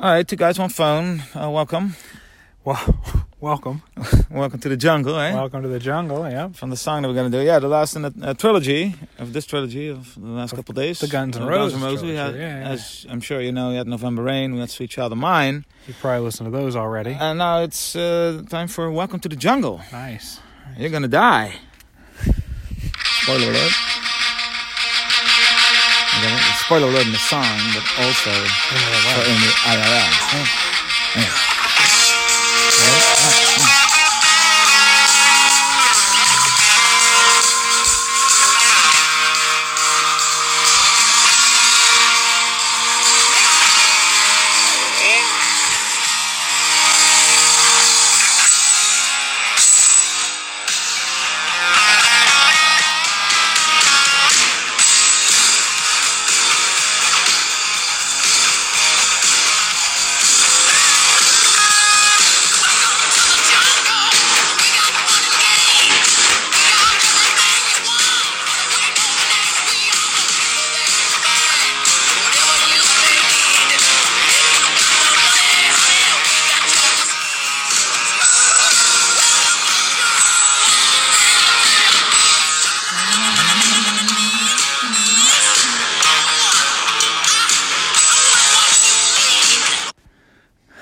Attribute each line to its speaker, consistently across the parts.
Speaker 1: All right, two guys, one phone. Uh, welcome,
Speaker 2: Well, welcome.
Speaker 1: welcome to the jungle, eh?
Speaker 2: Welcome to the jungle. Yeah.
Speaker 1: From the song that we're gonna do, yeah, the last in the uh, trilogy of this trilogy of the last couple of days,
Speaker 2: the Guns N'
Speaker 1: N'
Speaker 2: Roses
Speaker 1: we had,
Speaker 2: trilogy, yeah, yeah.
Speaker 1: as I'm sure you know, we had November Rain, we had Sweet Child of Mine,
Speaker 2: You probably listened to those already.
Speaker 1: and now it's uh, time for Welcome to the Jungle.
Speaker 2: Nice.
Speaker 1: You're gonna die. Spoiler alert. Again, it's Spoiler alert in the song, but also
Speaker 2: Yeah,
Speaker 1: in the IRL. Yeah.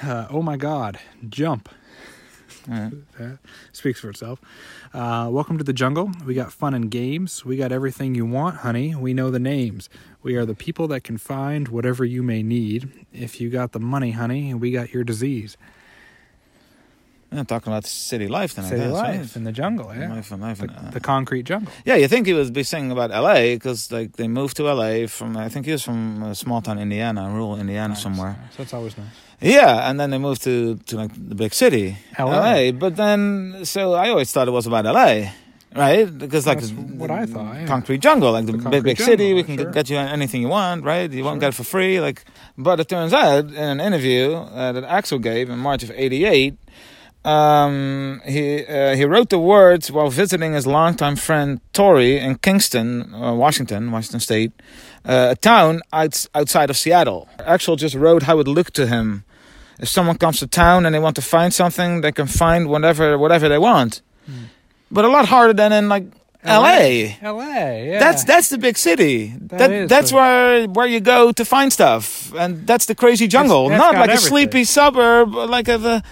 Speaker 2: Uh, oh my God! Jump.
Speaker 1: Yeah.
Speaker 2: That speaks for itself. Uh, welcome to the jungle. We got fun and games. We got everything you want, honey. We know the names. We are the people that can find whatever you may need. If you got the money, honey, we got your disease.
Speaker 1: Yeah, talking about city life then. I
Speaker 2: City
Speaker 1: guess,
Speaker 2: life
Speaker 1: right?
Speaker 2: in the jungle. Yeah.
Speaker 1: Life and life
Speaker 2: The,
Speaker 1: and, uh,
Speaker 2: the concrete jungle.
Speaker 1: yeah, you think he was be singing about L.A. because like they moved to L.A. from I think he was from uh, small town Indiana, rural Indiana somewhere.
Speaker 2: So that's always nice.
Speaker 1: Yeah, and then they moved to to like the big city,
Speaker 2: LA.
Speaker 1: But then, so I always thought it was about L.A. Right, because like
Speaker 2: That's
Speaker 1: the-
Speaker 2: what
Speaker 1: the
Speaker 2: I thought, yeah.
Speaker 1: Concrete jungle, like the, big
Speaker 2: concrete
Speaker 1: big city,
Speaker 2: jungle,
Speaker 1: we can
Speaker 2: sure.
Speaker 1: get you anything you want, right? You won't get
Speaker 2: Sure.
Speaker 1: it for free, like. But it turns out in an interview uh, that Axel gave in March of '88, um, he uh, he wrote the words while visiting his longtime friend Tori in Kingston, uh, Washington, Washington State, uh, a town out, outside of Seattle. Axel just wrote how it looked to him. If someone comes to town and they want to find something, they can find whatever whatever they want.
Speaker 2: Hmm.
Speaker 1: But a lot harder than in like L.A.
Speaker 2: L.A. Yeah.
Speaker 1: That's that's the big city. That,
Speaker 2: That is
Speaker 1: that's
Speaker 2: the-
Speaker 1: where where you go to find stuff, and that's the crazy jungle,
Speaker 2: that's
Speaker 1: not
Speaker 2: got
Speaker 1: like a
Speaker 2: everything.
Speaker 1: sleepy suburb, but like a the,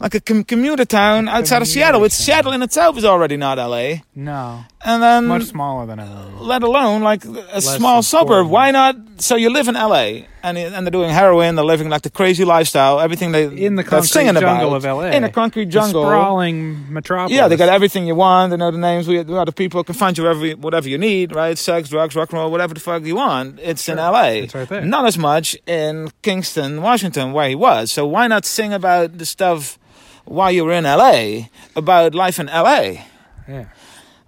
Speaker 1: like a com- commuter town outside of
Speaker 2: commuter
Speaker 1: Seattle. It's
Speaker 2: town.
Speaker 1: Seattle in itself is already not L.A.
Speaker 2: no.
Speaker 1: And then,
Speaker 2: Much smaller than L.A.
Speaker 1: let alone like a small
Speaker 2: important.
Speaker 1: suburb. Why not? So you live in L.A. and and they're doing heroin. They're living like the crazy lifestyle. Everything they
Speaker 2: In the
Speaker 1: they're
Speaker 2: concrete
Speaker 1: singing
Speaker 2: jungle
Speaker 1: about.
Speaker 2: of LA.
Speaker 1: in a concrete jungle.
Speaker 2: The sprawling metropolis.
Speaker 1: Yeah, they got everything you want. They know the names. We, we are the people who can find you every, whatever you need, right? Sex, drugs, rock and roll, whatever the fuck you want. It's in
Speaker 2: Sure.
Speaker 1: L.A.
Speaker 2: It's right there.
Speaker 1: Not as much in Kingston, Washington, where he was. So why not sing about the stuff while you were in L.A. about life in L.A.
Speaker 2: Yeah.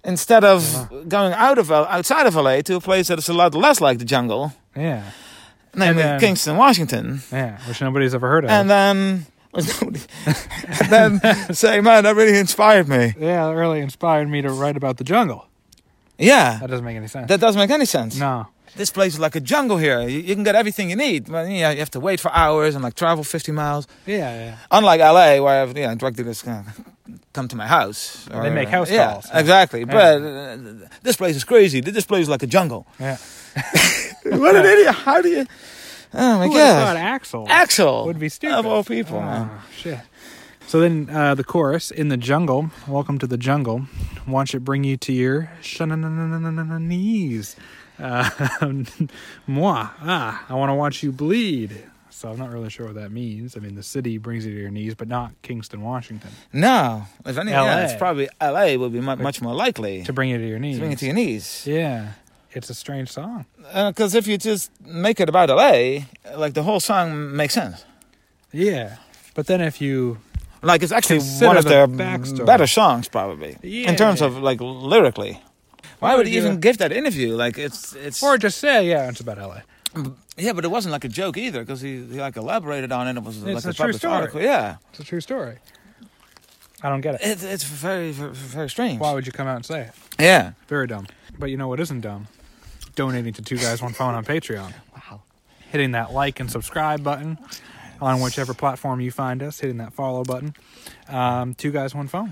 Speaker 1: instead of going out of L- outside of L.A. to a place that is a lot less like the jungle,
Speaker 2: Yeah.
Speaker 1: namely
Speaker 2: then-
Speaker 1: Kingston, Washington,
Speaker 2: Yeah. Which nobody's ever heard of.
Speaker 1: and then. and then say, man, that really inspired me.
Speaker 2: Yeah, it really inspired me to write about the jungle.
Speaker 1: Yeah,
Speaker 2: That doesn't make any sense.
Speaker 1: that doesn't make any sense.
Speaker 2: no.
Speaker 1: this place is like a jungle here. You, you can get everything you need. But you, know, you have to wait for hours and like travel 50 miles.
Speaker 2: Yeah,
Speaker 1: Unlike LA, where I've, you know, drug dealers can come to my house.
Speaker 2: They make house
Speaker 1: yeah,
Speaker 2: calls, yeah.
Speaker 1: Exactly.
Speaker 2: Yeah.
Speaker 1: But uh, this place is crazy. This place is like a jungle.
Speaker 2: yeah. yeah.
Speaker 1: what an idiot. How do you. Oh my
Speaker 2: Who would have thought
Speaker 1: God.
Speaker 2: Axel
Speaker 1: Axel.
Speaker 2: would be stupid?
Speaker 1: Of all people,
Speaker 2: Oh,
Speaker 1: man.
Speaker 2: shit. So then uh, the chorus in the jungle, welcome to the jungle. Won't it bring you to your knees? Uh, moi, ah, I want to watch you bleed. So I'm not really sure what that means. I mean, the city brings you to your knees, but not Kingston, Washington,
Speaker 1: No. If any, yeah,
Speaker 2: LA.
Speaker 1: it's probably LA would be mu- much more likely
Speaker 2: to
Speaker 1: to
Speaker 2: bring you to your knees.
Speaker 1: bring it to your knees.
Speaker 2: yeah, it's a strange song.
Speaker 1: Because if you just make it about LA, like the whole song makes sense.
Speaker 2: Yeah, but then if you
Speaker 1: Like it's actually
Speaker 2: Consider
Speaker 1: one of
Speaker 2: the
Speaker 1: their
Speaker 2: backstory.
Speaker 1: better songs, probably
Speaker 2: Yeah.
Speaker 1: in terms of like lyrically. Why
Speaker 2: Or
Speaker 1: would he
Speaker 2: you-
Speaker 1: even give that interview? Like it's it's
Speaker 2: or just say yeah, it's about LA.
Speaker 1: yeah, but it wasn't like a joke either because he, he like elaborated on it. It was like
Speaker 2: a
Speaker 1: a,
Speaker 2: true
Speaker 1: published
Speaker 2: story.
Speaker 1: article. Yeah,
Speaker 2: It's a true story. I don't get it.
Speaker 1: it, it's very very, very strange.
Speaker 2: Why would you come out and say it?
Speaker 1: Yeah.
Speaker 2: Very dumb. But you know what isn't dumb? Donating to two guys one phone on Patreon.
Speaker 1: Wow.
Speaker 2: Hitting that like and subscribe button. on whichever platform you find us, hitting that follow button. Um, two guys, one phone.